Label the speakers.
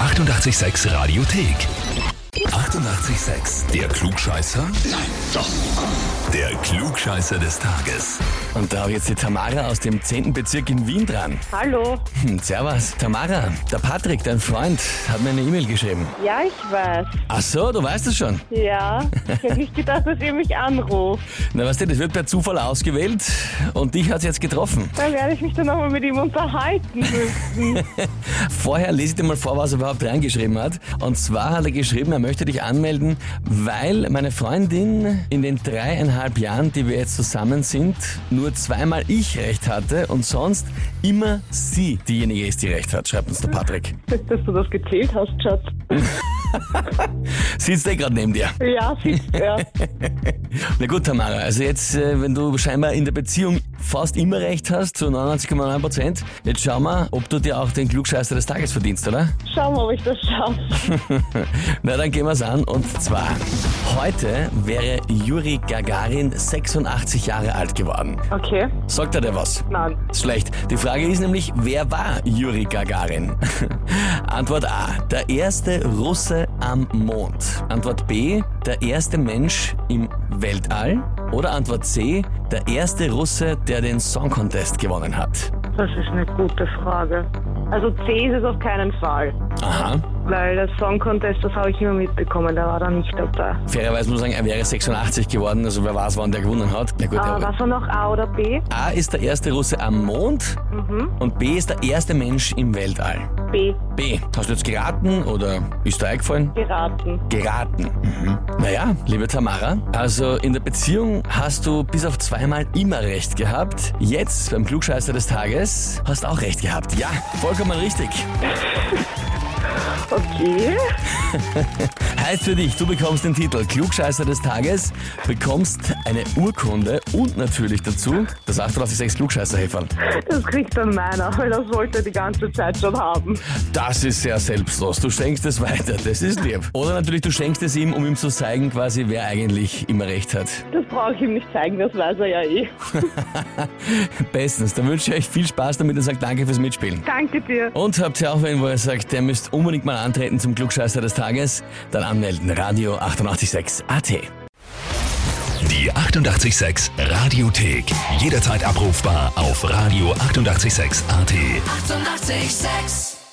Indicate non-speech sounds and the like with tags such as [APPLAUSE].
Speaker 1: 886 Radiothek. 88,6. Der Klugscheißer? Nein, doch. Der Klugscheißer des Tages.
Speaker 2: Und da habe ich jetzt die Tamara aus dem 10. Bezirk in Wien dran.
Speaker 3: Hallo.
Speaker 2: Hm, servus. Tamara, der Patrick, dein Freund, hat mir eine E-Mail geschrieben.
Speaker 3: Ja, ich weiß.
Speaker 2: Ach so, du weißt es schon.
Speaker 3: Ja. Ich hätte nicht gedacht, dass ihr mich anruft.
Speaker 2: Na weißt du, das wird per Zufall ausgewählt und dich hat es jetzt getroffen.
Speaker 3: Dann werde ich mich dann nochmal mit ihm unterhalten müssen.
Speaker 2: Vorher lese ich dir mal vor, was er überhaupt reingeschrieben hat. Und zwar hat er geschrieben, er möchte dich anmelden, weil meine Freundin in den dreieinhalb Jahren, die wir jetzt zusammen sind, nur zweimal ich recht hatte und sonst immer sie diejenige ist, die recht hat, schreibt uns der Patrick.
Speaker 3: [LAUGHS] dass du das gezählt hast, Schatz.
Speaker 2: Sitzt eh gerade neben dir.
Speaker 3: Ja, siehst du. Ja.
Speaker 2: Na gut, Tamara, also jetzt, äh, wenn du scheinbar in der Beziehung fast immer recht hast, zu 99,9 Prozent, jetzt schauen wir, ob du dir auch den Klugscheißer des Tages verdienst, oder?
Speaker 3: Schauen wir, ob ich das schaffe.
Speaker 2: Na, dann gehen wir's an. Und zwar, heute wäre Juri Gagarin 86 Jahre alt geworden.
Speaker 3: Okay.
Speaker 2: Sagt er dir was?
Speaker 3: Nein.
Speaker 2: Ist schlecht. Die Frage ist nämlich, wer war Juri Gagarin? [LAUGHS] Antwort A, der erste Russe am Mond. Antwort B, der erste Mensch im Weltall. Oder Antwort C, der erste Russe, der den Song Contest gewonnen hat.
Speaker 3: Das ist eine gute Frage. Also C ist es auf keinen Fall.
Speaker 2: Aha.
Speaker 3: Weil der Song Contest, das habe ich immer mitbekommen, da war er nicht dabei.
Speaker 2: Fairerweise muss man sagen, er wäre 86 geworden, also wer weiß, wann der gewonnen hat. Na gut,
Speaker 3: Ah,
Speaker 2: aber-
Speaker 3: was war noch A oder B?
Speaker 2: A ist der erste Russe am Mond und B ist der erste Mensch im Weltall.
Speaker 3: B.
Speaker 2: B, hast du jetzt geraten oder ist dir eingefallen?
Speaker 3: Geraten.
Speaker 2: Geraten. Mhm. Naja, liebe Tamara, also in der Beziehung hast du bis auf zweimal immer recht gehabt. Jetzt, beim Klugscheißer des Tages, hast auch recht gehabt. Ja, vollkommen richtig.
Speaker 3: Okay.
Speaker 2: Heißt für dich, du bekommst den Titel Klugscheißer des Tages, bekommst eine Urkunde und natürlich dazu das 886 Klugscheißerhefern.
Speaker 3: Das kriegt dann meiner, weil das wollte er die ganze Zeit schon haben.
Speaker 2: Das ist sehr selbstlos. Du schenkst es weiter. Das ist lieb. Oder natürlich, du schenkst es ihm, um ihm zu zeigen, quasi, wer eigentlich immer recht hat. [LAUGHS]
Speaker 3: Das brauche ich ihm nicht zeigen, das weiß er ja eh.
Speaker 2: Bestens. Dann wünsche ich euch viel Spaß damit und sage danke fürs Mitspielen.
Speaker 3: Danke dir.
Speaker 2: Und habt ihr auch wen, wo ihr sagt, der müsst unbedingt mal antreten zum Klugscheißer des Tages? Dann anmelden. Radio 886 AT.
Speaker 1: Die 88,6 Radiothek. Jederzeit abrufbar auf radio886.at. 88,6.
Speaker 4: Eighty-eight, sex.